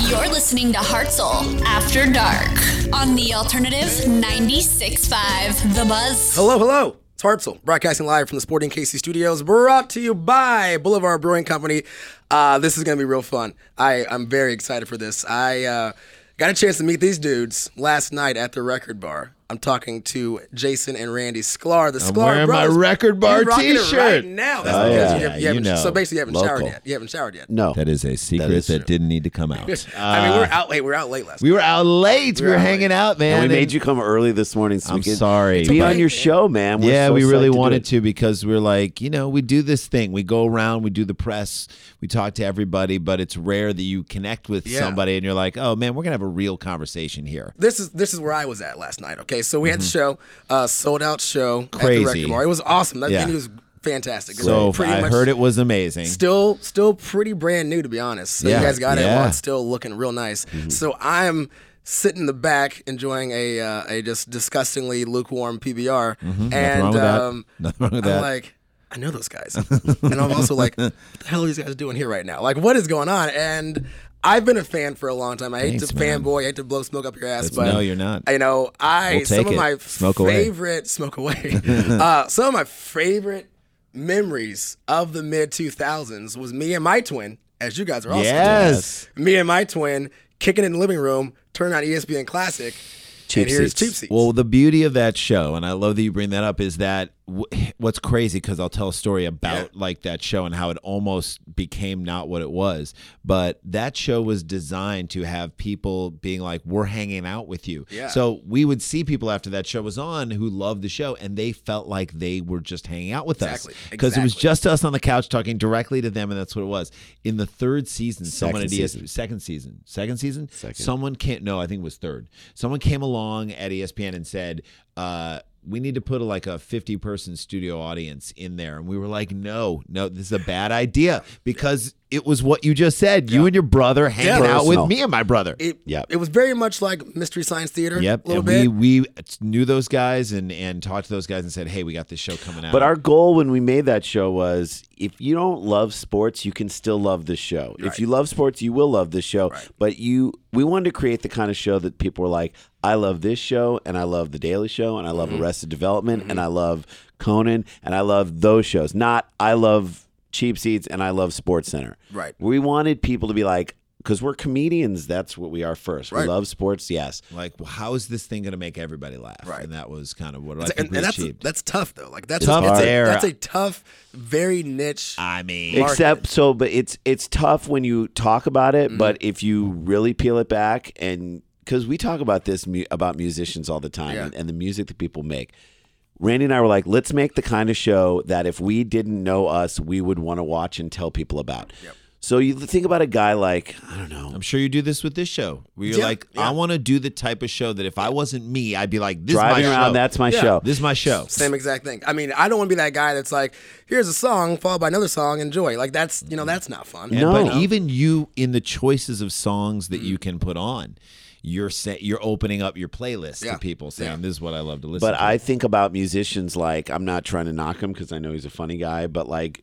You're listening to Heart Soul After Dark on the alternative 96.5 The Buzz. Hello, hello. It's Hartzell, broadcasting live from the Sporting KC studios, brought to you by Boulevard Brewing Company. Uh, this is going to be real fun. I, I'm very excited for this. I uh, got a chance to meet these dudes last night at the record bar. I'm talking to Jason and Randy Sklar, the Sklar wearing my brothers. record bar You're rocking it right t-shirt. now. That's Oh, because you, yeah. haven't- you You haven't, know, so basically you haven't showered local. yet. You haven't showered yet. No. That is a secret that, is true. didn't need to come out. I mean, we Uh, were out late. We were out late last. we were out late. We were were out hanging late. out, man. And we and- made you come early this morning so I'm we could sorry. be but- on your show, man. We're yeah, so we really psyched to wanted do to because we're like, you know, we do this thing. We go around, we do the press, we talk to everybody, but it's rare that you connect with Yeah. somebody and you're like, oh man, we're gonna have a real conversation here. this is this is where I was at last night. Okay, so we had the show, uh, sold out show at Mm-hmm. Crazy. the record bar. It was awesome. That Yeah. venue was fantastic. So I heard it was amazing. Still, still pretty brand new to be honest. So Yeah. you guys got it Yeah. Mm-hmm. while it's still looking real nice. So I'm sitting in the back enjoying a uh, a just disgustingly lukewarm PBR, and Mm-hmm. wrong with that. um, Nothing wrong with I'm that. like. I know those guys, and I'm also like, what the hell are these guys doing here right now? Like, what is going on? And I've been a fan for a long time. I hate Thanks, to man. fanboy, I hate to blow smoke up your ass, That's- but no, you're not. You know, I We'll some take of it. my Smoke away. favorite smoke away. uh, some of my favorite memories of the mid 2000s was me and my twin, as you guys are also doing. Yes. me and my twin kicking in the living room, turning on E ESPN Classic, Cheap and here's seats. cheap seats. Well, the beauty of that show, and I love that you bring that up, is that w- what's crazy because I'll tell a story about like that show and how it almost became not what it was. But that show was designed to have people being like, "We're hanging out with you." Yeah. So we would see people after that show was on who loved the show, and they felt like they were just hanging out with Exactly. us because it was Exactly. just us on the couch talking directly to them, and that's what it was. In the third season, someone at Second ESPN season. second season, second season, Second. someone can't. No, I think it was third. Someone came along at E ESPN and said, uh, "We need to put a, like a fifty-person studio audience in there," and we were like, "No, no, this is a bad idea because it was what you just said. You and your brother hanging out with Personal. me and my brother." it, Yep. it was very much like Mystery Science Theater. Yep, a little and bit. we we knew those guys and and talked to those guys and said, "Hey, we got this show coming out." But our goal when we made that show was if you don't love sports, you can still love this show. If you love sports, you will love this show. But you we wanted to create the kind of show that people were like, I love this show and I love The Daily Show and I love Arrested Development and I love Conan and I love those shows. Not I love Cheap Seats and I love Sports Center. Right. We wanted people to be like because we're comedians, that's what we are first. Right. We love sports, yes. like, well, how is what going to make everybody laugh? Right. And that was kind of what I It's- think and, we and that's achieved. that's tough though. Like that's Tough a, that's, a, era. that's a tough, very niche. I mean, Market. Except so, but it's it's tough when you talk about it. But Mm-hmm. if you really peel it back, and because we talk about this mu- about musicians all the time Yeah. and, and the music that people make, Randy and I were like, let's make the kind of show that if we didn't know us, we would want to watch and tell people about. So you think about a guy like I don't know, I'm sure you do this with this show. Where you're Yeah, like, yeah. I want to do the type of show that if I wasn't me, I'd be like, this driving is my around. show. That's my Yeah. show. this is my show. Same exact thing. I mean, I don't want to be that guy that's like, here's a song followed by another song, enjoy. Like that's you know that's not fun. And- No. But even you in the choices of songs that Mm. you can put on, you're set, you're opening up your playlist Yeah. to people saying, Yeah. "This is what I love to listen." But to. I think about musicians like I'm not trying to knock him because I know he's a funny guy, but like.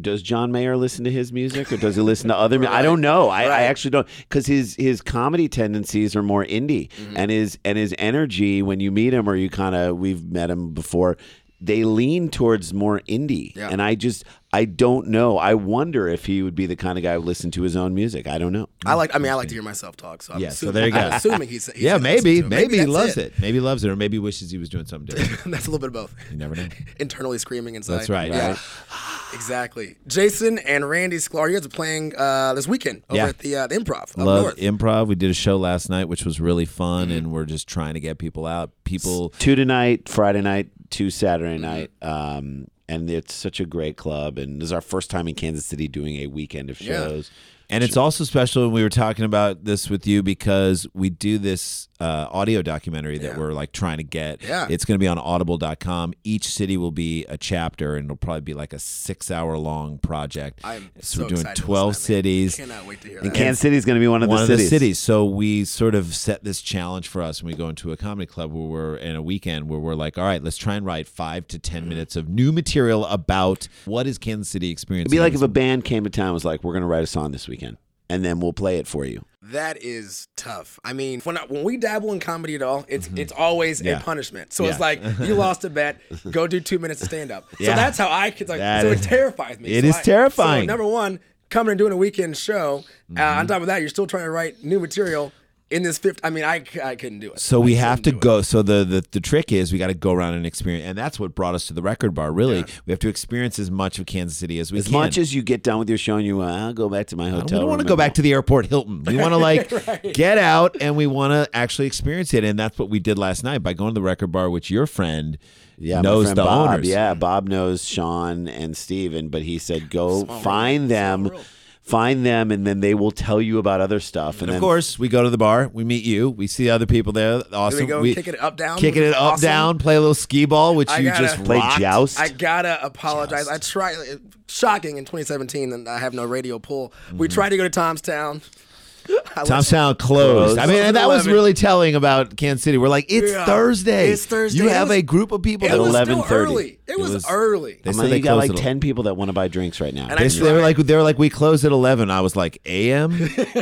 Does John Mayer listen to his music, or does he listen to other? mu- I don't know. I, I actually don't, because his his comedy tendencies are more indie, Mm-hmm. and his and his energy when you meet him or you kind of we've met him before, they lean towards more indie, Yeah. and I just I don't know. I wonder if he would be the kind of guy who listened to his own music. I don't know. I like. I mean, I like to hear myself talk. So I'm Yeah, so assuming, there you go. I'm assuming he's, he's yeah, listening maybe, to it. maybe, he that's loves it. Maybe he loves it, or maybe wishes he was doing something different. that's a little bit of both. You never know. Internally screaming inside. That's right. Yeah, Right. exactly. Jason and Randy Sklar, you guys are playing uh, this weekend over Yeah. at the, uh, the Improv up Love north. improv. We did a show last night, which was really Mm-hmm. fun, and we're just trying to get people out. People two tonight, Friday night, two Saturday night. Um, and it's such a great club. And this is our first time in Kansas City doing a weekend of Yeah. shows. And it's also special, and we were talking about this with you because we do this uh, audio documentary that we're like trying to get. Yeah. It's going to be on audible.com. Each city will be a chapter, and it'll probably be like a six hour long project. I'm so so we're doing excited to 12 listen to that, man. cities. Cannot wait to hear And that. Kansas City is going to be one of one the of cities. the cities. So we sort of set this challenge for us when we go into a comedy club where we're in a weekend where we're like, all right, let's try and write five to 10 Mm-hmm. minutes of new material about what is Kansas City It'd experience. be like if a band came to town and was like, we're going to write a song this weekend. And then we'll play it for you. that is tough. I mean, when I, when we dabble in comedy at all, it's it's always Mm-hmm. Yeah. a punishment. So it's Yeah. like you lost a bet, go do two minutes of stand up. Yeah. So that's how I could like. That so is- it terrifies me. it It is is terrifying. Mm-hmm. number one, coming and doing a weekend show. Uh, on top of that, you're still trying to write new material in this fifth. I mean, I, c- I couldn't do it. So we I have to couldn't do it. go. So the, the the trick is we got to go around and experience, and that's what brought us to the record bar. Really, we have to experience as much of Kansas City as we As can. much as you get done with your show and you, uh, I'll go back to my we hotel. don't want to room go and- back to the airport Hilton. We want to like get out and we want to actually experience it, and that's what we did last night by going to the record bar, which your friend Yeah, knows my friend the Bob. owners. Yeah, Bob knows Sean and Steven, but he said go find them, find them, and then they will tell you about other stuff. And, And of then- course, we go to the bar. We meet you. We see other people there. Awesome. go kicking it up, down? Kicking it up, Awesome. down. Play a little skee ball, which I you gotta- just play rocked. joust. I gotta apologize. I try. Shocking in 2017, and I have no radio pull. Mm-hmm. We tried to go to Tomstown. I let you- Tomstown closed. I mean, and that was 11. really telling about Kansas City. We're like, it's Yeah. Thursday. It's Thursday. You It have was- a group of people It that was still 11:30. early. It was was- early. They I'm said like, they you got closed like it all. ten people that want to buy drinks right now. And I- They, they were tried. like, they were like, we close at eleven. I was like, a.m.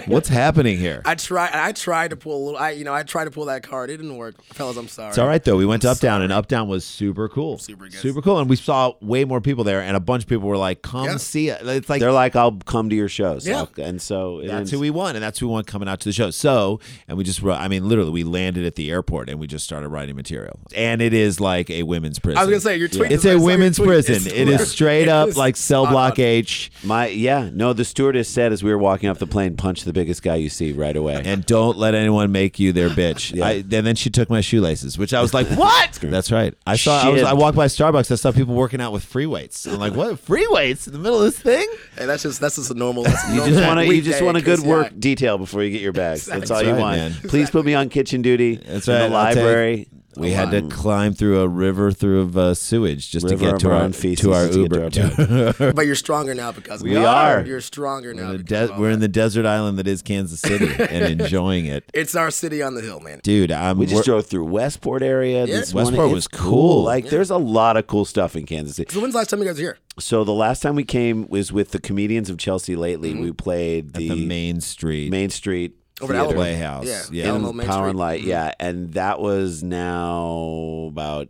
What's happening here? I try. I tried to pull a little. I you know I tried to pull that card. It didn't work, fellas. I'm sorry. It's all right though. We went to Uptown, and Uptown was super cool, super, good. cool, and we saw way more people there, and a bunch of people were like, "Come Yeah. see it." It's like They're like, I'll come to your shows. Yeah. I'll- and so it that's ends- who we won, and that's who we won coming out to the show. So, and we just, wrote, I mean, literally, we landed at the airport and we just started writing material, and it is like a women's prison. I was gonna say your tweet. It's I a saw your women's tweet. prison. It's- it is straight it up was like cell spot block on. H. my yeah no. The stewardess said as we were walking off the plane, punch the biggest guy you see right away. And don't let anyone make you their bitch. I, and then she took my shoelaces, which I was like, "What?" That's right. I saw. I, was, Shit. I walked by Starbucks. I saw people working out with free weights. I'm like, "What? Free weights in the middle of this thing?" Hey, that's just that's just a normal. That's a you normal just want to you just weekday want a good KCI. work detail before you get your bags. That's all That's you right, want. man. Please put me on kitchen duty. That's in right. The I'll take- library. We had to climb through a river through of uh, sewage just River to get of to our our own feces to our to get to Uber. our But you're stronger now because We are. You're stronger now. We're in the because de- of all we're in that. the desert island that is Kansas City and enjoying it, It's our city on the hill, man. dude. I'm We just we're- drove through Westport area. Yeah. This one- Westport it's was cool. Like, there's a lot of cool stuff in Kansas City. So when's the last time you guys were here? So the last time we came was with the comedians of Chelsea lately. We played the, Mm-hmm. the main street Main Street Over at Theater. Alamo. playhouse. Yeah. Yeah. Elm Alamo Main Power and Street. Light. Yeah, and that was now about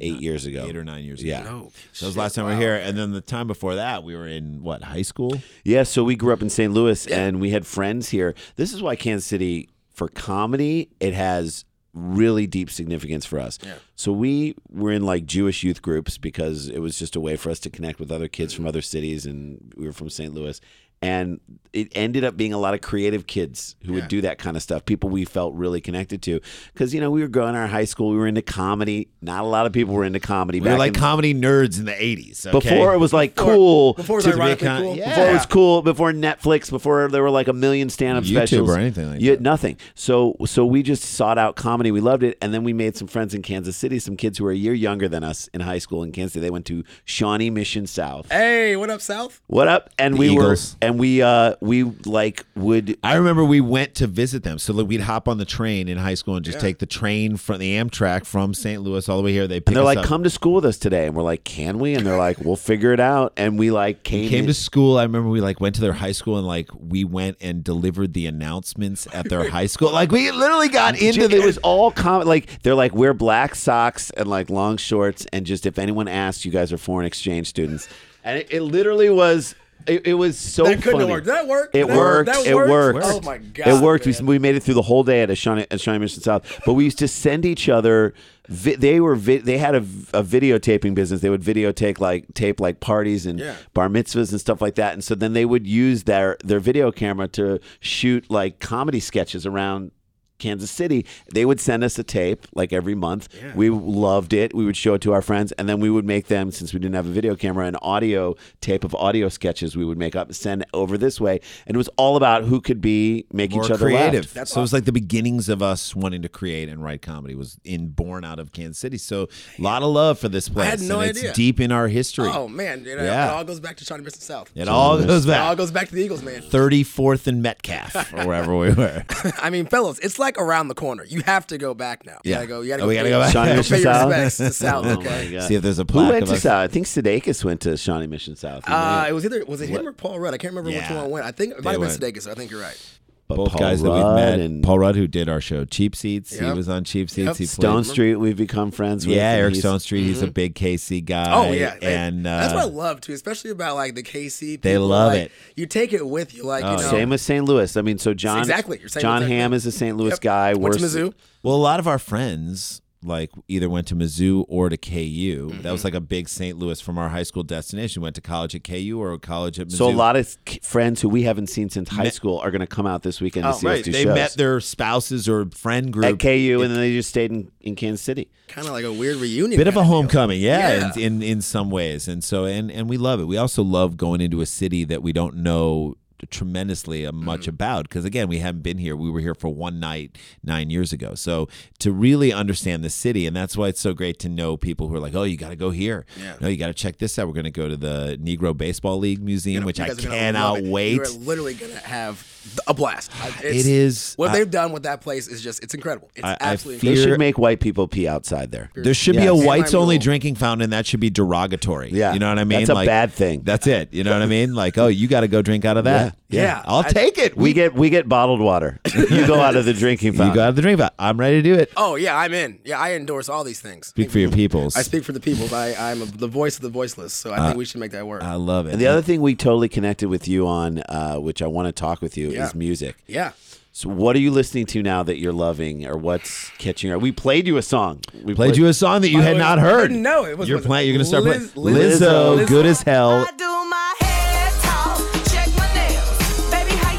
eight years ago. eight or nine years Yeah. ago. No. That was the last time we were here, and then the time before that, we were in what high school? Yeah, so we grew up in St. Louis and we had friends here. This is why Kansas City for comedy, it has really deep significance for us. So we were in like Jewish youth groups because it was just a way for us to connect with other kids from other cities and we were from St. Louis. And it ended up being a lot of creative kids who would do that kind of stuff, people we felt really connected to. Because, you know, we were going to our high school, we were into comedy. Not a lot of people were into comedy. We were back like in- comedy nerds in the '80s. okay? before it was like cool. Before it was To be ironically kind- cool. yeah. Before it was cool, before Netflix, before there were like a million stand-up YouTube specials or anything like you had that. nothing. So so we just sought out comedy. We loved it, and then we made some friends in Kansas City. Some kids who were a year younger than us in high school in Kansas City. They went to Shawnee Mission South. Hey, what up, South? What up? And The we Eagles. were and we uh we like would I remember we went to visit them. So like, we'd hop on the train in high school and just take the train from the Amtrak from St. Louis all the way here. They pick and they're us like, up. come to school with us today, and we're like, can we? And they're like, we'll figure it out. And we like came, came in- to school. I remember we like went to their high school and like we went and delivered the announcements at their high school. Like we literally got into Dude, the it was all common. Like they're like wear black socks and like long shorts, and just if anyone asks, you guys are foreign exchange students. And it, it literally was. It, it was so. That couldn't have funny. worked. Did that work? It That worked. worked? That It worked. worked? Oh my God, It worked. We, man. we made it through the whole day at Shawnee, at Shawnee Mission South. But we used to send each other. Vi- they were vi- they had a, v- a videotaping business. They would videotape like tape like parties and Yeah. bar mitzvahs and stuff like that. And so then they would use their their video camera to shoot like comedy sketches around Kansas City. They would send us a tape like every month. We loved it. We would show it to our friends, and then we would make them since we didn't have a video camera an audio tape of audio sketches. We would make up and send over this way, and it was all about who could be make more each other creative. laugh. so it was like the beginnings of us wanting to create and write comedy was in born out of Kansas City. So a lot of love for this place. had no and it's idea. deep in our history. Oh man, it, it Yeah. all goes back to Shawnee Mission South. it all goes It all back. goes back to the Eagles, man. 34th and Metcalf or wherever we were. I mean, fellas, it's like around the corner. You have to go back now. You Yeah. gotta go. You gotta Oh, go. we gotta pay- go back. Shawnee pay Mission your South? respects to South. Oh okay? my God. See if there's a plaque Who went of to us. South? I think Sudeikis went to Shawnee Mission South. Uh, it was either was it him or Paul Rudd? I can't remember which Yeah. one went. I think it They might have been went. Sudeikis. I think you're right. But both Paul guys that Rudd we've met. and Paul Rudd, who did our show Cheap Seats, he Yep. was on Cheap Seats. Yep. Mm-hmm. He played, Stone Street, we've become friends with. yeah, and Eric he's- Stone Street. He's a big KC guy. Oh yeah, They- and uh, that's what I love too, especially about like the KC. They people, love like, it. Oh, You take it with you, like you know. Same as St. Louis. I mean, so John Exactly. You're saying John exactly. Hamm is a St. Louis Yep. guy. Went to We're- Mizzou. Well, a lot of our friends like either went to Mizzou or to KU. That Mm-hmm. was like a big St. Louis from our high school destination. Went to college at KU or college at Mizzou. So a lot of k- friends who we haven't seen since high school are going to come out this weekend to see us do Oh, They shows met their spouses or friend group at KU, and then they just stayed in, in Kansas City. Kind of like a weird reunion. bit of a kinda deal. homecoming yeah, Yeah. In, in in some ways and so and and we love it we also love going into a city that we don't know tremendously Mm. uh, much about because again we haven't been here we were here for one night nine years ago so to really understand the city and that's why it's so great to know people who are like oh you got to go here Yeah. no you got to check this out we're going to go to the negro baseball league museum You know, which you i guys are gonna cannot love it. wait You're literally gonna have th- a blast. I- It's, it is what I- they've done with that place is just it's incredible. It's I- I absolutely feel- They Here- should make white people pee outside there. There should be Yes. a Am I whites only rule? drinking fountain. That should be derogatory. Yeah. You know what I mean? That's a bad thing. That's it. You know what I mean? Like, oh, you got to go drink out of that. Yeah. Yeah. I'll I- take it. We get we get bottled water. you go out of the drinking you fountain. got out of the drink fountain. I'm ready to do it. Oh yeah, I'm in. Yeah, I endorse all these things. Speak for your peoples. I speak for the people. I, I'm a, the voice of the voiceless, so I think we should make that work. Uh, I love it. and the other thing we totally connected with you on, uh, which I want to talk with you, Yeah. is music. yeah. So, what are you listening to now that you're loving, or what's catching? Or we played you a song. We played you a song that you By had the way, not I heard. didn't know. It was- You're was it playing. You're gonna start Liz- playing. Liz- Lizzo, Lizzo. good as hell. I do my head talk, check my nails. Baby, how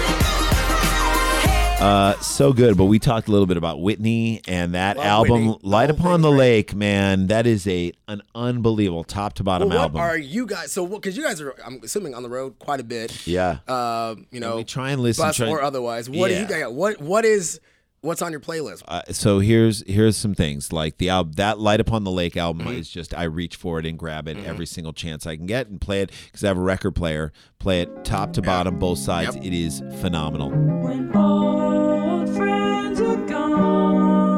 you feeling? Uh, so good. But we talked a little bit about Whitney and that Love album, Whitney. The Light whole thing's Upon the great. Lake. Man, that is a an unbelievable top to bottom Well, what album. are you guys? So, because you guys are, I'm assuming on the road quite a bit. Yeah. Uh, you know, we try and listen, bus try and- or otherwise. What do Yeah. you guys? What What is what's on your playlist? uh, so here's here's some things like the al- that light upon the lake album Mm-hmm. is just I reach for it and grab it every single chance I can get and play it because I have a record player play it top to bottom both sides Yep. it is phenomenal When old friends are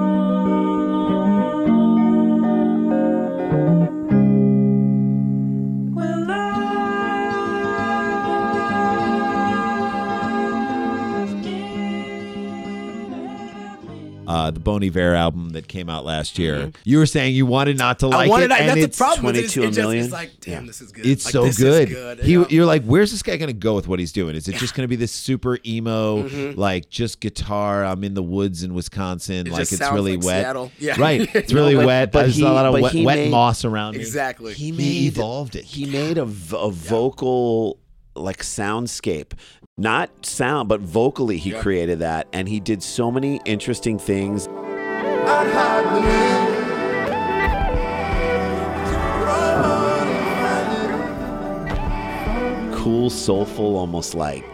gone, will love give me? uh, the Bon Iver album that came out last year you were saying you wanted not to like Mm-hmm. I wanted. it I, and that's the it's problem. with it, is 22 it just, million. It's like, damn, this is good. It's Like, so this is good. you He, know? you're like, where's this guy gonna go with what he's doing? Is it just gonna be this super emo, like just guitar? I'm in the woods in Wisconsin, Mm-hmm. It like just it's sounds really like wet, Seattle. Yeah. right? It's really No, but- wet. but There's he- a lot of but wet, he wet made- moss around me. exactly. He he made evolved it. He made a, v- a vocal like soundscape, not sound, but vocally he created that, and he did so many interesting things. Cool, soulful, almost like.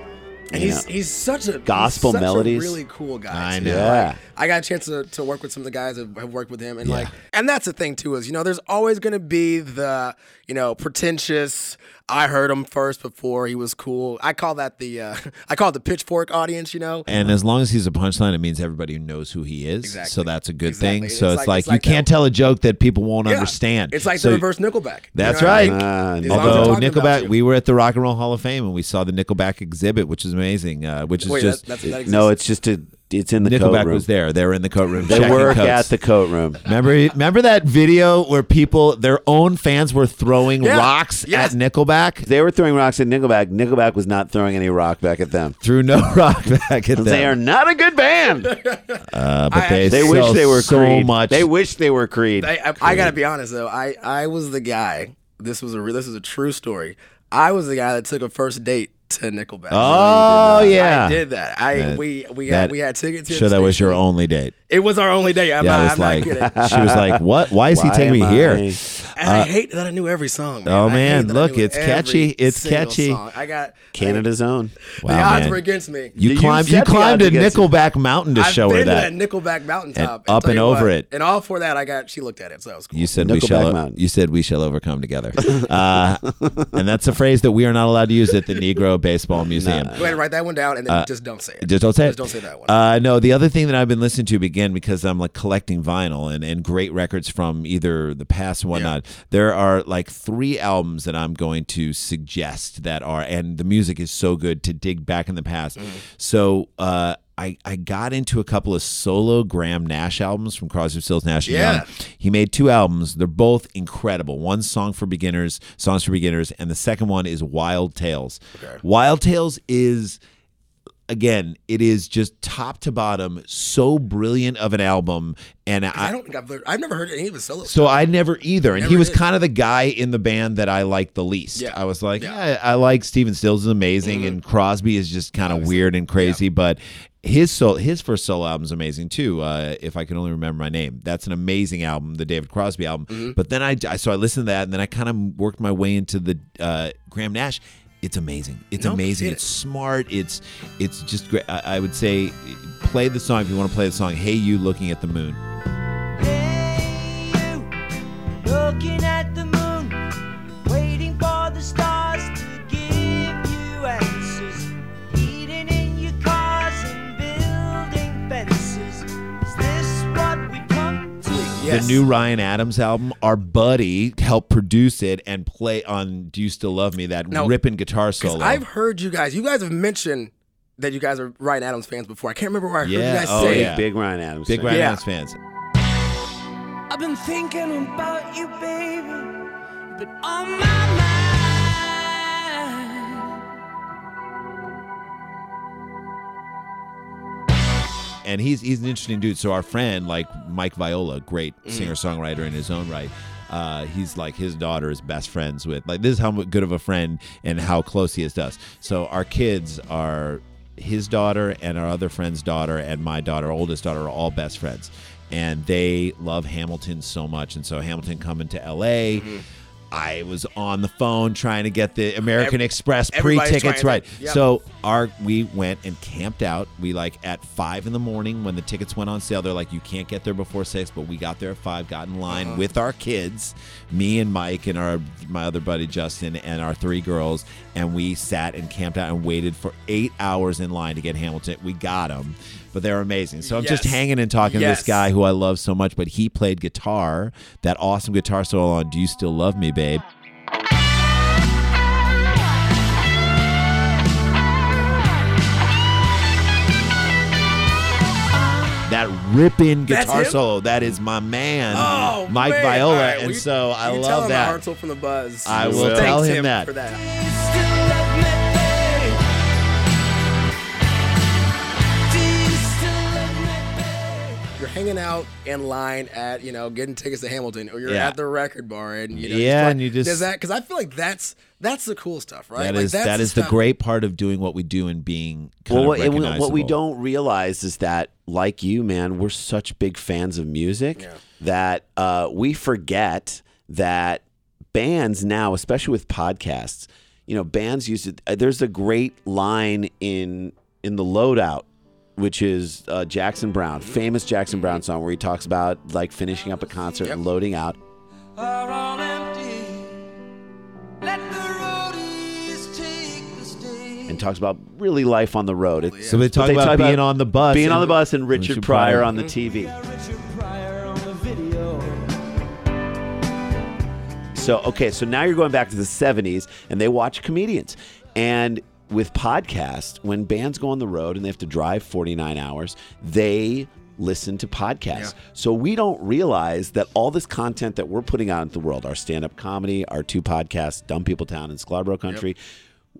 And you he's know. he's such a he's Gospel such a melodies. really cool guy. I too. know. Yeah. Like, I got a chance to, to work with some of the guys that have worked with him, and like, and that's the thing too is you know there's always going to be the you know pretentious. I heard him first before he was cool. I call that the uh, I call it the pitchfork audience. You know, And as long as he's a punchline, it means everybody knows who he is. So Exactly. that's a good thing. Exactly. So it's, It's like, like- it's you like can't that- tell a joke that people won't Yeah. understand. It's like So- the reverse Nickelback. You That's know what I right. mean? Ah, As long as Although they're talking about Nickelback, you. we were at the Rock and Roll Hall of Fame and we saw the Nickelback exhibit, which is amazing. Uh, which is Wait, that- just that's- that No, exists. it's just a. It's in the coat Nickelback room. was there. They were in the coat room. They checking work coats. at the coat room. Remember, remember that video where people, their own fans, were throwing Yeah. rocks Yes. at Nickelback? They were throwing rocks at Nickelback. Nickelback was not throwing any rock back at them. Threw no rock back at them. They are not a good band. Uh, but I- they, They sell wish they were so Creed. much. They wish they were Creed. I, I, I gotta be honest though. I, I was the guy. This was a re- this is a true story. I was the guy that took a first date to Nickelback. Oh, yeah. I did that. I That- we we that- had we had tickets. here Sure, at the that was your station. only date. It was our only date. I'm, Yeah, not, I was I'm like, not kidding. she was like, "What? Why is he Why taking me am here?" I- And I hate that I knew every song. Man. uh, Oh, I hate man, that I look, knew it's every catchy. It's single catchy. song. I got Canada's own. the Wow, odds man. were against me. You You climbed. said You the climbed odds a against you. Nickelback mountain to I've show been her to that. that Nickelback mountaintop, up tell and you over what, it. and all for that I got. She looked at it, so that was cool. you said we Nickelback shall. mountain. You said we shall overcome together. Uh, and that's a phrase that we are not allowed to use at the Negro Baseball Museum. Go ahead and write that one down, and then just don't say it. Uh, Just don't say it. Just don't say that one. Uh, no, the other thing that I've been listening to begin again because I'm like collecting vinyl and, and great records from either the past and whatnot. There are like three albums that I'm going to suggest that are, and the music is so good to dig back in the past. Mm-hmm. So, uh, I, I got into a couple of solo Graham Nash albums from Crosby, Stills, Nash and Yeah. Young. He made two albums. They're both incredible. One song for beginners, songs for beginners, and the second one is Wild Tales. Wild Tales is again, it is just top to bottom so brilliant of an album, and I, I don't think I've, I've never heard any of his solo. so I never either. And he Never was did. kind of the guy in the band that I liked the least. Yeah. I was like, Yeah. Mm-hmm. yeah, I, I like Steven Stills is amazing, and Crosby is just kind of weird and crazy, but. His solo, his first solo album is amazing too. Uh, if I can only remember my name, that's an amazing album, the David Crosby album. Mm-hmm. But then I, I- so I listened to that, and then I kind of worked my way into the uh, Graham Nash. It's amazing. It's No amazing. kidding. It's smart. It's it's just great. I, I would say, play the song if you want to play the song. Hey, you looking at the moon. Hey, you looking at the moon, waiting for the stars to give you answers. Eating in your cars and building fences. Is this what we come to? Yes. the new Ryan Adams album. Our buddy helped produce it and play on "Do You Still Love Me?" That Now, ripping guitar Because solo. I've heard you guys. You guys have mentioned that you guys are Ryan Adams fans before. I can't remember where I heard Yeah, you guys oh, say. Big, yeah. big Ryan Adams. Big fan. Ryan Yeah. Adams fans. I've been thinking about you, baby, but on my mind. and he's he's an interesting dude. So our friend, like Mike Viola, great Mm. singer songwriter in his own right. Uh, he's like his daughter is best friends with. Like this is how good of a friend and how close he is to us. So our kids are his daughter and our other friend's daughter and my daughter, oldest daughter, are all best friends, and they love Hamilton so much. And so Hamilton coming to L.A. Mm-hmm. I was on the phone trying to get the American Ev- Express pre everybody's tickets trying right. to- yep. So so our we went and camped out. We like at five in the morning when the tickets went on sale. They're like, you can't get there before six, but we got there at five, got in line Uh-huh. with our kids, me and Mike and our my other buddy Justin and our three girls, and we sat and camped out and waited for eight hours in line to get Hamilton. We got them, but they're amazing. So I'm just Yes. hanging and talking to Yes. this guy who I love so much, but he played guitar, that awesome guitar solo on "Do You Still Love Me, Babe." that ripping That's guitar him? solo. That is my man, Oh, Mike man. All Viola. right, well, and you- so I you can tell love him I that. heard from the buzz. I will Thanks tell him him that. for that. You still love me, babe. Do you still love me, babe? you're hanging out in line at you know getting tickets to Hamilton, or you're Yeah. at the record bar, and you know, Yeah, like- and you just- does that because I feel like that's that's the cool stuff, right? That Like, is that's that is the stuff- great part of doing what we do and being kind Well, of what, and we- what we recognizable. don't realize is that, like you, man, we're such big fans of music that uh, we forget that bands now, especially with podcasts, you know, bands use it. uh, There's a great line in in the Loadout, which is uh, Jackson Brown, famous Jackson Brown song, where he talks about like finishing up a concert and loading out. are all empty. Let the roadies take the stage. and talks about really life on the road. It's, So they but talk about being on the bus being on and- the bus, and Richard, Richard Pryor, Pryor. on the TV. Richard Pryor on the video. So okay, so now you're going back to the '70s, and they watch comedians. And with podcasts, when bands go on the road and they have to drive 49 hours, they listen to podcasts. So we don't realize that all this content that we're putting out into the world, our stand-up comedy, our two podcasts, Dumb People Town and Scarborough Country.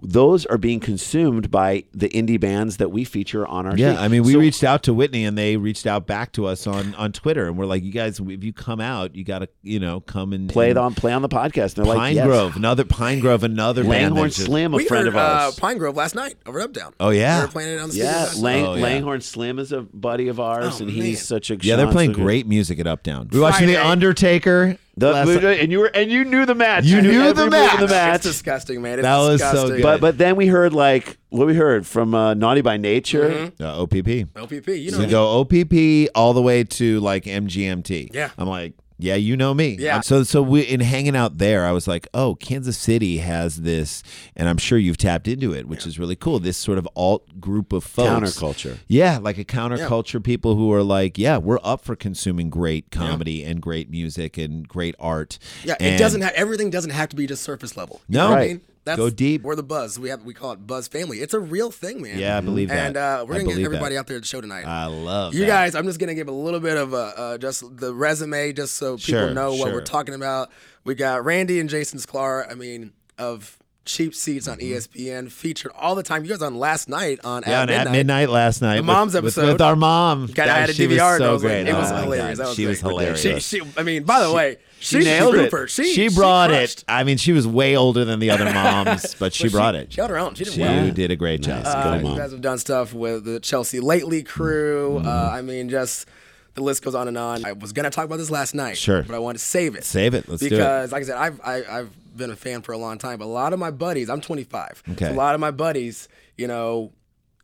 Those are being consumed by the indie bands that we feature on our Yeah, show. I mean, we So- reached out to Whitney, and they reached out back to us on on Twitter, and we're like, "You guys, if you come out, you gotta, you know, come and play it and- on play on the podcast. And they're like, Pine yes. Grove, another Pine Grove, another band Langhorn that's just- Slim, a We friend heard of ours. uh, Pine Grove last night over at Updown. Oh, yeah. we were playing it on the yeah, stage. Lang- Oh, yeah. Langhorn Slim is a buddy of ours, Oh, and man. he's such a Yeah, they're Sean's playing such a- great music at Uptown. We watching The Friday. Undertaker. The- last- and you were and you knew the match. You knew every the move in match. It's disgusting, man. It's That was so disgusting. good. But but then we heard like what we heard from uh, Naughty by Nature. uh, OPP. LPP, you So know, go OPP all the way to like MGMT. Yeah. I'm like, Yeah, you know me. Yeah. Um, So so we in hanging out there, I was like, oh, Kansas City has this, and I'm sure you've tapped into it, which is really cool. This sort of alt group of folks. Counterculture. Yeah, like a counterculture people who are like, yeah, we're up for consuming great comedy and great music and great art. Yeah, it And- doesn't have everything doesn't have to be just surface level. You No. know what I Right. mean? That's Go deep. We're the buzz. We have we call it buzz family. It's a real thing, man. Yeah, I believe that. And uh, we're I gonna get believe everybody that. out there to the show tonight. I love you that. guys. I'm just gonna give a little bit of uh, uh, just the resume, just so people Sure, know what we're sure. talking about. We got Randy and Jason Sklar. I mean, of cheap seats on E ESPN, featured all the time. You guys on last night on Mm-hmm. at Yeah, and midnight. at midnight last night. The with- mom's with- episode. with, our mom. Got I God, had a she was DVR. and I so was like, great. it was Oh my hilarious. God, That was she was great. hilarious. She, she, I mean, by the way, she she she's a nailed it. grouper. She, she, brought crushed. it. I mean, she was way older than the other moms, but she But brought it. She held her own. She did She well. did a great job. Go, You Mom. guys have done stuff with the Chelsea Lately crew. Mm-hmm. Uh, I mean, just the list goes on and on. I was gonna talk about this last night, Sure. but I wanted to save it. Save it. Let's do it. because, like I said, I've I, I've been a fan for a long time. But a lot of my buddies, I'm 25. So Okay. a lot of my buddies, you know,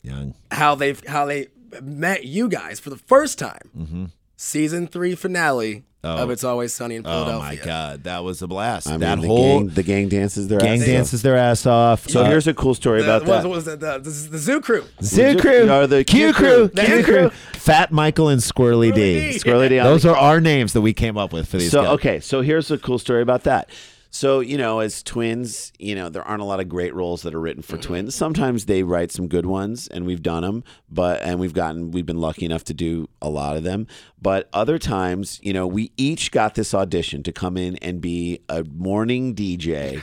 Young. how they how they met you guys for the first time. Mm-hmm. Season three finale of It's Always Sunny in Philadelphia. Oh my God, that was a blast. I mean, that the whole gang, the gang dances their gang ass off. dances their ass off. So Uh, here's a cool story The, about what was, that. what was the, the, the, the Zoo Crew. Zoo Zoo- Crew, or the Q Q Crew, Crew. Q Crew, Fat Michael and Squirrely Squirrely D. D. Squirrely D on Those are our names that we came up with for these. So guys. okay, so here's a cool story about that. So you know, as twins, you know there aren't a lot of great roles that are written for Mm-hmm. twins. Sometimes they write some good ones, and we've done them, but and we've gotten we've been lucky enough to do a lot of them. But other times, you know, we each got this audition to come in and be a morning DJ.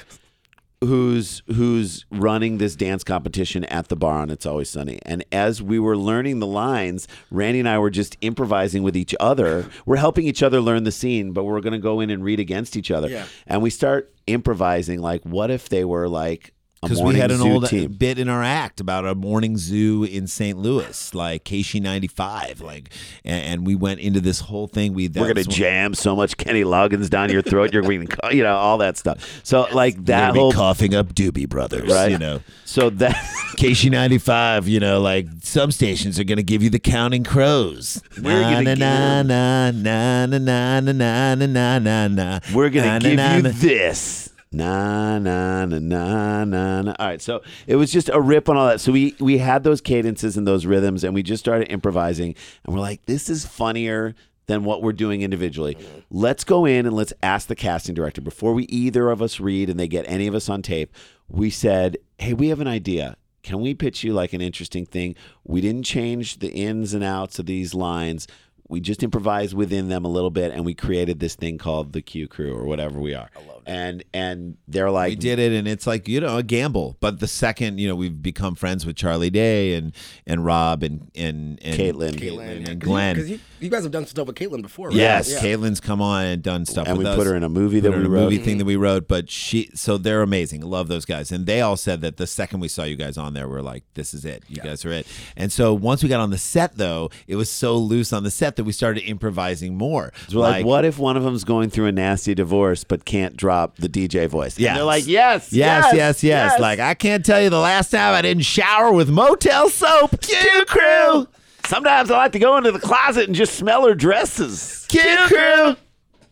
Who's who's running this dance competition at the bar on It's Always Sunny? And as we were learning the lines, Randy and I were just improvising with each other. We're helping each other learn the scene, but we're going to go in and read against each other. Yeah. And we start improvising like, what if they were like a because morning we had an zoo old team? bit in our act about a morning zoo in St. Louis, like KC ninety five, like, and, and we went into this whole thing. We that we're gonna was one- jam so much Kenny Loggins down your throat. You're going, you know, all that stuff. So like we're that gonna be whole coughing up Doobie Brothers, right, You know. So that KC ninety five, you know, like some stations are gonna give you the Counting Crows. We're na, gonna na, na, na na na na na na na na. we're na, gonna na, give na, you na. this. Na na na na na na. All right, so it was just a rip on all that. So we we had those cadences and those rhythms, and we just started improvising, and we're like, this is funnier than what we're doing individually. Let's go in and let's ask the casting director before we either of us read and they get any of us on tape. We said, hey, we have an idea. Can we pitch you like an interesting thing? We didn't change the ins and outs of these lines we just improvised within them a little bit and we created this thing called the Q crew or whatever we are. I love and and they're like We did it, and it's like you know a gamble. But the second you know we've become friends with Charlie Day and and Rob and and, and Caitlin. Caitlin and Glenn. Because you, you guys have done stuff with Caitlin before, right? Yes, Yeah. Caitlin's come on and done stuff, and we with us. put her in a movie Put that her in we a wrote. movie thing that we wrote. But she, so they're amazing. Love those guys, and they all said that the second we saw you guys on there, we're like, "This is it. You guys are it." And so once we got on the set, though, it was so loose on the set that we started improvising more. So we're like, what if one of them's going through a nasty divorce but can't drop the DJ voice? And Yes. they're like, yes, Yes, yes, yes, Like I can't tell you the last time I didn't shower with Motel soap. Q crew, Sometimes I like to go into the closet and just smell her dresses. Q crew.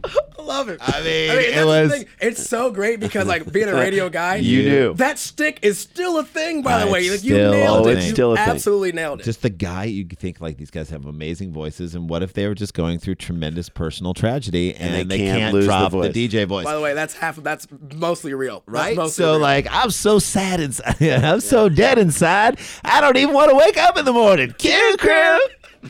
I love it. I mean, I mean, it that's was. the thing. It's so great because, like, being a radio guy, You knew. that stick is still a thing. By the Uh, way, it's like you still nailed a it. thing. You Still a thing. absolutely nailed it. just the guy you think like these guys have amazing voices and what if they were just going through tremendous personal tragedy and, they they, can't can't, lose the drop the, voice. DJ voice by the way, that's half. That's mostly real, That's right mostly so real. like I'm so sad inside I'm so dead inside I don't even want to wake up in the morning Q crew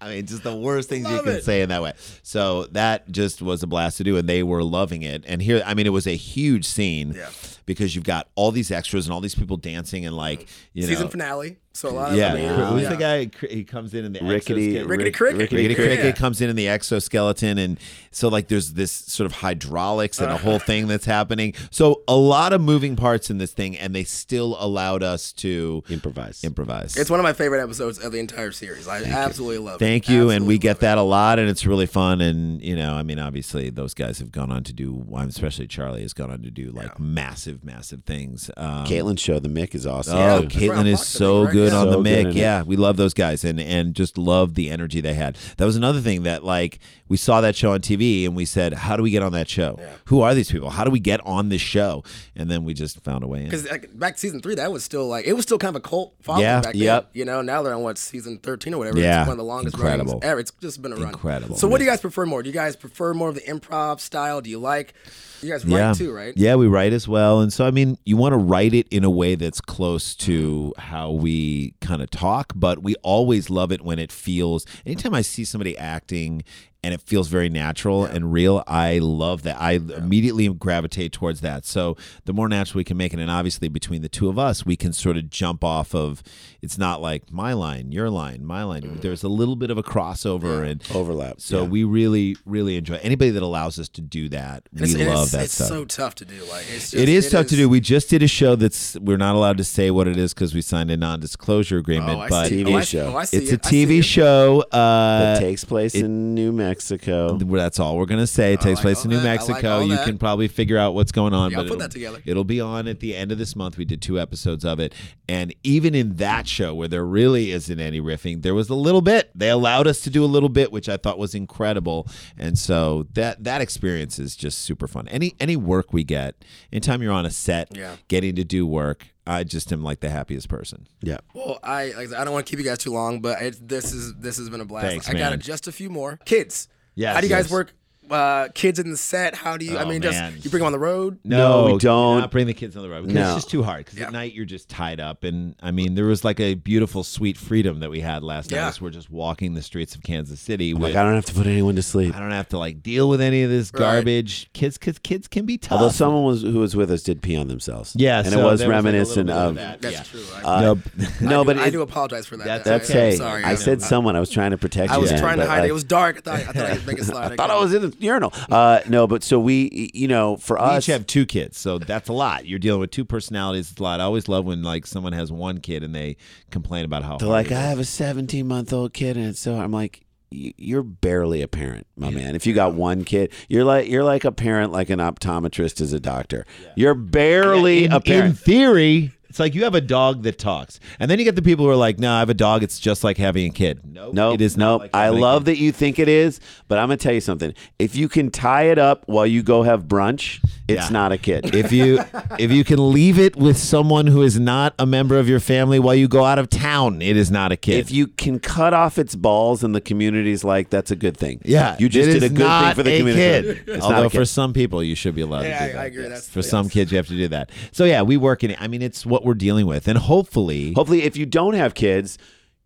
I mean, just the worst things you Love can it. say in that way. So that just was a blast to do, and they were loving it. And here, I mean, it was a huge scene Yeah. because you've got all these extras and all these people dancing, and like you season know, finale. So a lot of I yeah, mean, who's yeah. the guy? Cr- He comes in and the Rickety, exoskeleton- Rickety Cricket. Rickety Cricket. Cricket comes in in the exoskeleton, and so like there's this sort of hydraulics and a Uh-huh. whole thing that's happening. So a lot of moving parts in this thing, and they still allowed us to Improvise. improvise. It's one of my favorite episodes of the entire series. I absolutely love it. Thank you, and Absolutely we get love that a lot, and it's really fun. And you know, I mean, obviously, those guys have gone on to do, especially Charlie has gone on to do like massive massive, massive things. Um, Caitlin's show, The Mick, is awesome. Oh, Yeah. Caitlin Brown is Fox, I so think, right? good Yeah. on So the good mic. in it. Yeah, we love those guys and and just love the energy they had. That was another thing that like we saw that show on TV and we said, how do we get on that show? Who are these people? How do we get on this show? And then we just found a way in. Because like, back to season three, that was still like it was still kind of a cult following Yeah, back yep. then. You know, now they're on what season thirteen or whatever. Yeah, it's one of the longest incredible. runs ever. It's just been a run. Incredible. So, what do you guys prefer more? Do you guys prefer more of the improv style? Do you like? You guys write too, right? Yeah, we write as well. And so, I mean, you want to write it in a way that's close to how we kind of talk, but we always love it when it feels, anytime I see somebody acting and it feels very natural and real, I love that. I immediately gravitate towards that. So the more natural we can make it, and obviously between the two of us, we can sort of jump off of, it's not like my line, your line, my line. Mm-hmm. There's a little bit of a crossover and Overlap. So yeah. we really, really enjoy anybody that allows us to do that. And it's, we and love it's, that it's stuff. so tough to do. Like it's just, it is tough to do. We just did a show that's we're not allowed to say what it is because we signed a non-disclosure agreement. Oh, I but see. TV oh, I, show. Oh, I see it's it. a I see TV it. show. that Uh, takes place in New Mexico. th- that's all we're gonna say. It takes like place in all New that. I like Mexico. all you that. can probably figure out what's going on. Yeah, I'll but put it'll- that together. It'll be on at the end of this month. We did two episodes of it, and even in that show where there really isn't any riffing, there was a little bit. They allowed us to do a little bit, which I thought was incredible. And so that that experience is just super fun. Any any work we get, anytime you're on a set, Yeah. getting to do work, I just am like the happiest person. Yeah. Well, I like I said, I don't want to keep you guys too long, but it's this is this has been a blast. Thanks, I got man. just a few more kids. Yes, How do you guys yes. work? Uh, kids in the set. How do you? I Oh, mean, man. just you bring them on the road. No, we do don't. Not bring the kids on the road. 'cause No. It's just too hard. Because Yeah. at night you're just tied up, and I mean, there was like a beautiful, sweet freedom that we had last Yeah. night. As we're just walking the streets of Kansas City. Like, with, I don't have to put anyone to sleep. I don't have to like deal with any of this Right. garbage. Kids, kids, kids can be tough. Although someone was, who was with us did pee on themselves. yeah, And so it there was like, a little reminiscent bit of. that. That's yeah. true. I, Uh, Nope. no, I but do, it, I do apologize for that. That's I- that's I'm hey. sorry. I I'm- said I'm- someone. I was trying to protect I you. was man, trying to but, hide it. like, It was dark. I thought I, thought I could make it slide. I thought I was in the urinal. Uh, no, but so we, you know, for We us, each have two kids, so that's a lot. You're dealing with two personalities. It's a lot. I always love when like someone has one kid and they complain about how they're hard like, it I is." have a 17 month old kid, and so I'm like, "Y- you're barely a parent, my man. If you got one kid, you're like you're like a parent, like an optometrist is a doctor. You're barely in, a in parent. theory, it's like you have a dog that talks, and then you get the people who are like, "No, I have a dog. It's just like having a kid." No, No, it is not. no. like I having a love kid. that you think it is, but I'm gonna tell you something. If you can tie it up while you go have brunch, it's Yeah. not a kid. If you if you can leave it with someone who is not a member of your family while you go out of town, it is not a kid. if you can cut off its balls and the community's like, that's a good thing. yeah, you just it did a is good thing not for the a community. Kid. It's Although not a for kid. some people, you should be allowed Yeah, to I- do that. I agree. That's- for some kids, you have to do that. So yeah, we work in it. I mean, it's what we're dealing with, and hopefully, Hopefully, if you don't have kids,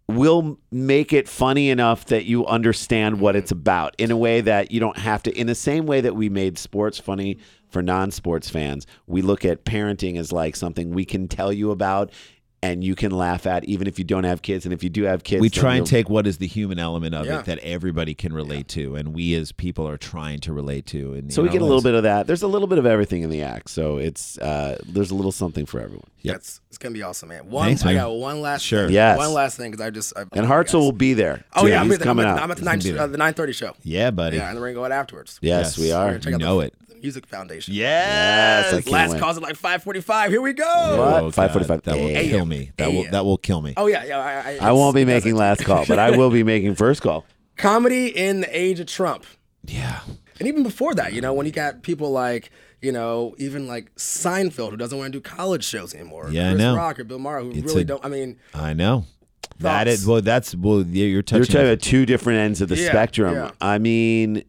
we'll make it funny enough that you understand what it's about in a way that you don't have to. In the same way that we made sports funny for non sports fans, we look at parenting as like something we can tell you about and you can laugh at, even if you don't have kids. And if you do have kids, we then try and you'll- take what is the human element of Yeah. it that everybody can relate to, and we as people are trying to relate to. And you So we know, get a little it's- bit of that. There's a little bit of everything in the act. So it's uh, there's a little something for everyone. That's it's gonna be awesome, man. One, Thanks, man. I got one last. Sure. Thing, Yes. One last thing because I just I, And Hartzell will be there. Oh too. yeah, I'm, he's at the- I'm coming at, out. I'm at the nine uh, the nine thirty show. Yeah, buddy. Yeah, and then we're gonna go out afterwards. yes, we are. We're gonna check out know the, it. the Music Foundation. Yes, I can't Last wait. calls at like five forty five. Here we go. What? God, 5:45 That will AM. kill me. That will AM. that will kill me. Oh yeah, yeah. I, I, I won't be it's- making last call, but I will be making first call. comedy in the age of Trump. Yeah. And even before that, you know, when you got people like, you know, even like Seinfeld, who doesn't want to do college shows anymore. or Yeah, I Chris know. Rock or Bill Maher, who It's really a- don't. I mean, I know. That Thoughts? is well. That's well. yeah, You're touching. You're talking about two different ends of the Yeah, spectrum. yeah. I mean,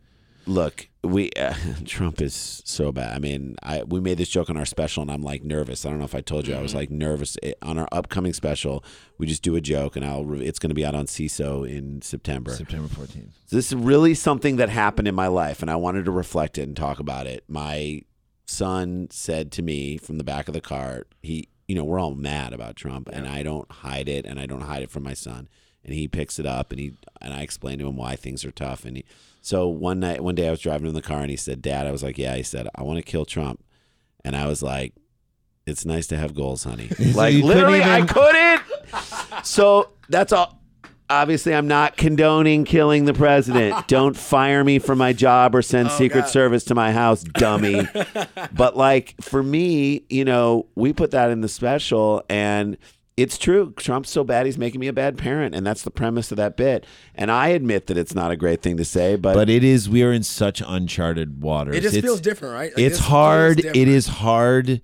look, we uh, Trump is so bad. I mean, I we made this joke on our special, and I'm like nervous. I don't know if I told you, I was Mm-hmm. like nervous It- on our upcoming special. We just do a joke, and I'll re- it's going to be out on CISO in September. September 14th. This is really something that happened in my life, and I wanted to reflect it and talk about it. My son said to me from the back of the car, he, you know, we're all mad about Trump, and I don't hide it, and I don't hide it from my son. And he picks it up, and he and I explained to him why things are tough. And he, so one night, one day, I was driving in the car, and he said, "Dad," I was like, "Yeah." He said, "I want to kill Trump," and I was like, "It's nice to have goals, honey." So you couldn't even- couldn't. So that's all. obviously I'm not condoning killing the president. Don't fire me from my job or send Secret God. Service to my house, dummy. but like for me, you know, we put that in the special and it's true. Trump's so bad he's making me a bad parent, and that's the premise of that bit. And I admit that it's not a great thing to say, but, But it is we are in such uncharted waters. It just It's- feels different, right? Like, it's this feels hard. It different. is hard.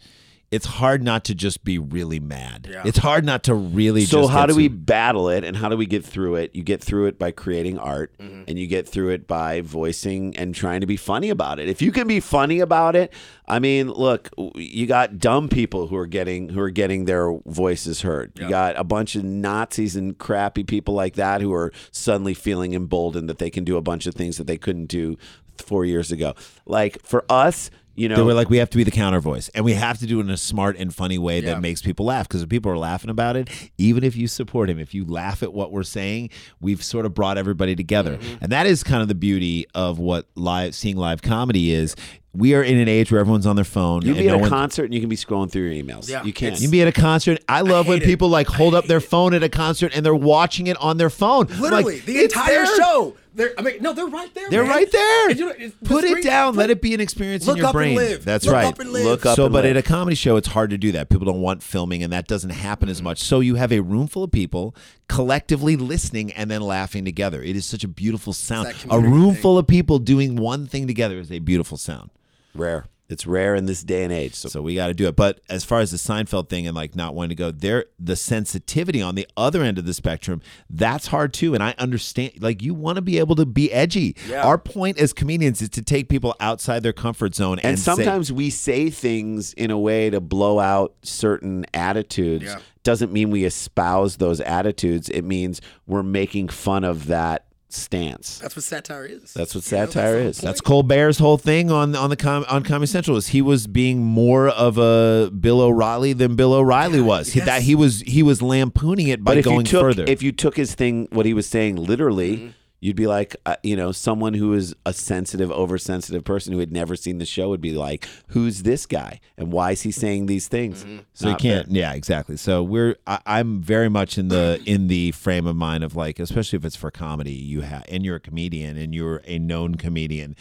It's hard not to just be really mad. Yeah. It's hard not to really. so just how get do we some- battle it and how do we get through it? You get through it by creating art Mm-hmm. and you get through it by voicing and trying to be funny about it. If you can be funny about it, I mean, look, w- you got dumb people who are getting who are getting their voices heard. You got a bunch of Nazis and crappy people like that who are suddenly feeling emboldened that they can do a bunch of things that they couldn't do 4 years ago. Like for us, you know, They were like, we have to be the counter voice, and we have to do it in a smart and funny way Yeah. that makes people laugh. Because if people are laughing about it, even if you support him, if you laugh at what we're saying, we've sort of brought everybody together, Mm-hmm. and that is kind of the beauty of what live seeing live comedy is. We are in an age where everyone's on their phone. you and can be no at a one- concert and you can be scrolling through your emails. Yeah, you can't. You can be at a concert. I love when hate it. people like hold up their phone at a concert and they're watching it on their phone. I'm like, Literally, the it's entire there. show. They're, I mean, no, they're right there. They're man. right there. And you know, it's- the Put it screen- down. put- Let it be an experience Look in your up and brain. live. That's Look right. up and live. Look up so, and but live. at a comedy show, it's hard to do that. People don't want filming, and that doesn't happen as much. So you have a room full of people collectively listening and then laughing together. It is such a beautiful sound. that A community room thing. full of people doing one thing together is a beautiful sound. rare. It's rare in this day and age. So So we got to do it. But as far as the Seinfeld thing and like not wanting to go there, the sensitivity on the other end of the spectrum, that's hard too. And I understand, like, you want to be able to be edgy. Yeah. Our point as comedians is to take people outside their comfort zone and, and say- sometimes we say things in a way to blow out certain attitudes Yeah. doesn't mean we espouse those attitudes it means we're making fun of that stance That's what satire is. that's what You know, satire the is whole that's point. Colbert's whole thing on on the com- on Comedy Central is he was being more of a Bill O'Reilly than Bill O'Reilly was. He, that yes. he was he was lampooning it by but if going you took further. if you took his thing what he was saying literally Mm-hmm. you'd be like uh, you know someone who is a sensitive oversensitive person who had never seen the show would be like who's this guy and why is he saying these things Mm-hmm. So you Not fair. can't. Yeah, exactly. So we're I, I'm very much in the in the frame of mind of like, especially if it's for comedy, you have and you're a comedian and you're a known comedian,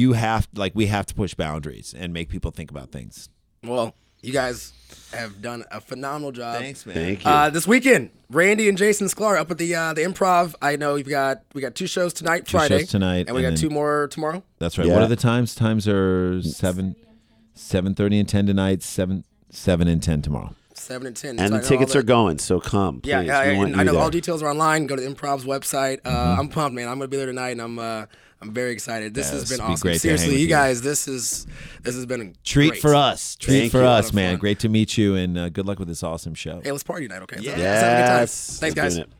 you have like we have to push boundaries and make people think about things. Well, you guys have done a phenomenal job. man. thank you Uh, this weekend, Randy and Jason Sklar up at the uh, the Improv. I know you've got we got two shows tonight, Two shows Friday tonight, and we and got then- two more tomorrow. That's right. Yeah. What are the times? Times are seven, seven thirty and ten tonight. Seven, seven and ten tomorrow. Seven and ten. and So I the know all tickets the- are going, so come. Please. oh, Yeah, yeah, We and want I you know there. all details are online. Go to Improv's website. Uh, I'm pumped, man. I'm gonna be there tonight, and I'm uh, I'm very excited. This has this been will be awesome. great to hang Seriously, with you you. guys, this is this has been a Treat great. for us. Treat Thank for you. Lot us, of man. fun. great to meet you, and uh, good luck with this awesome show. Hey, let's party tonight, okay? Let's- Yes. let's have a good time. Thanks, Let's do guys. it.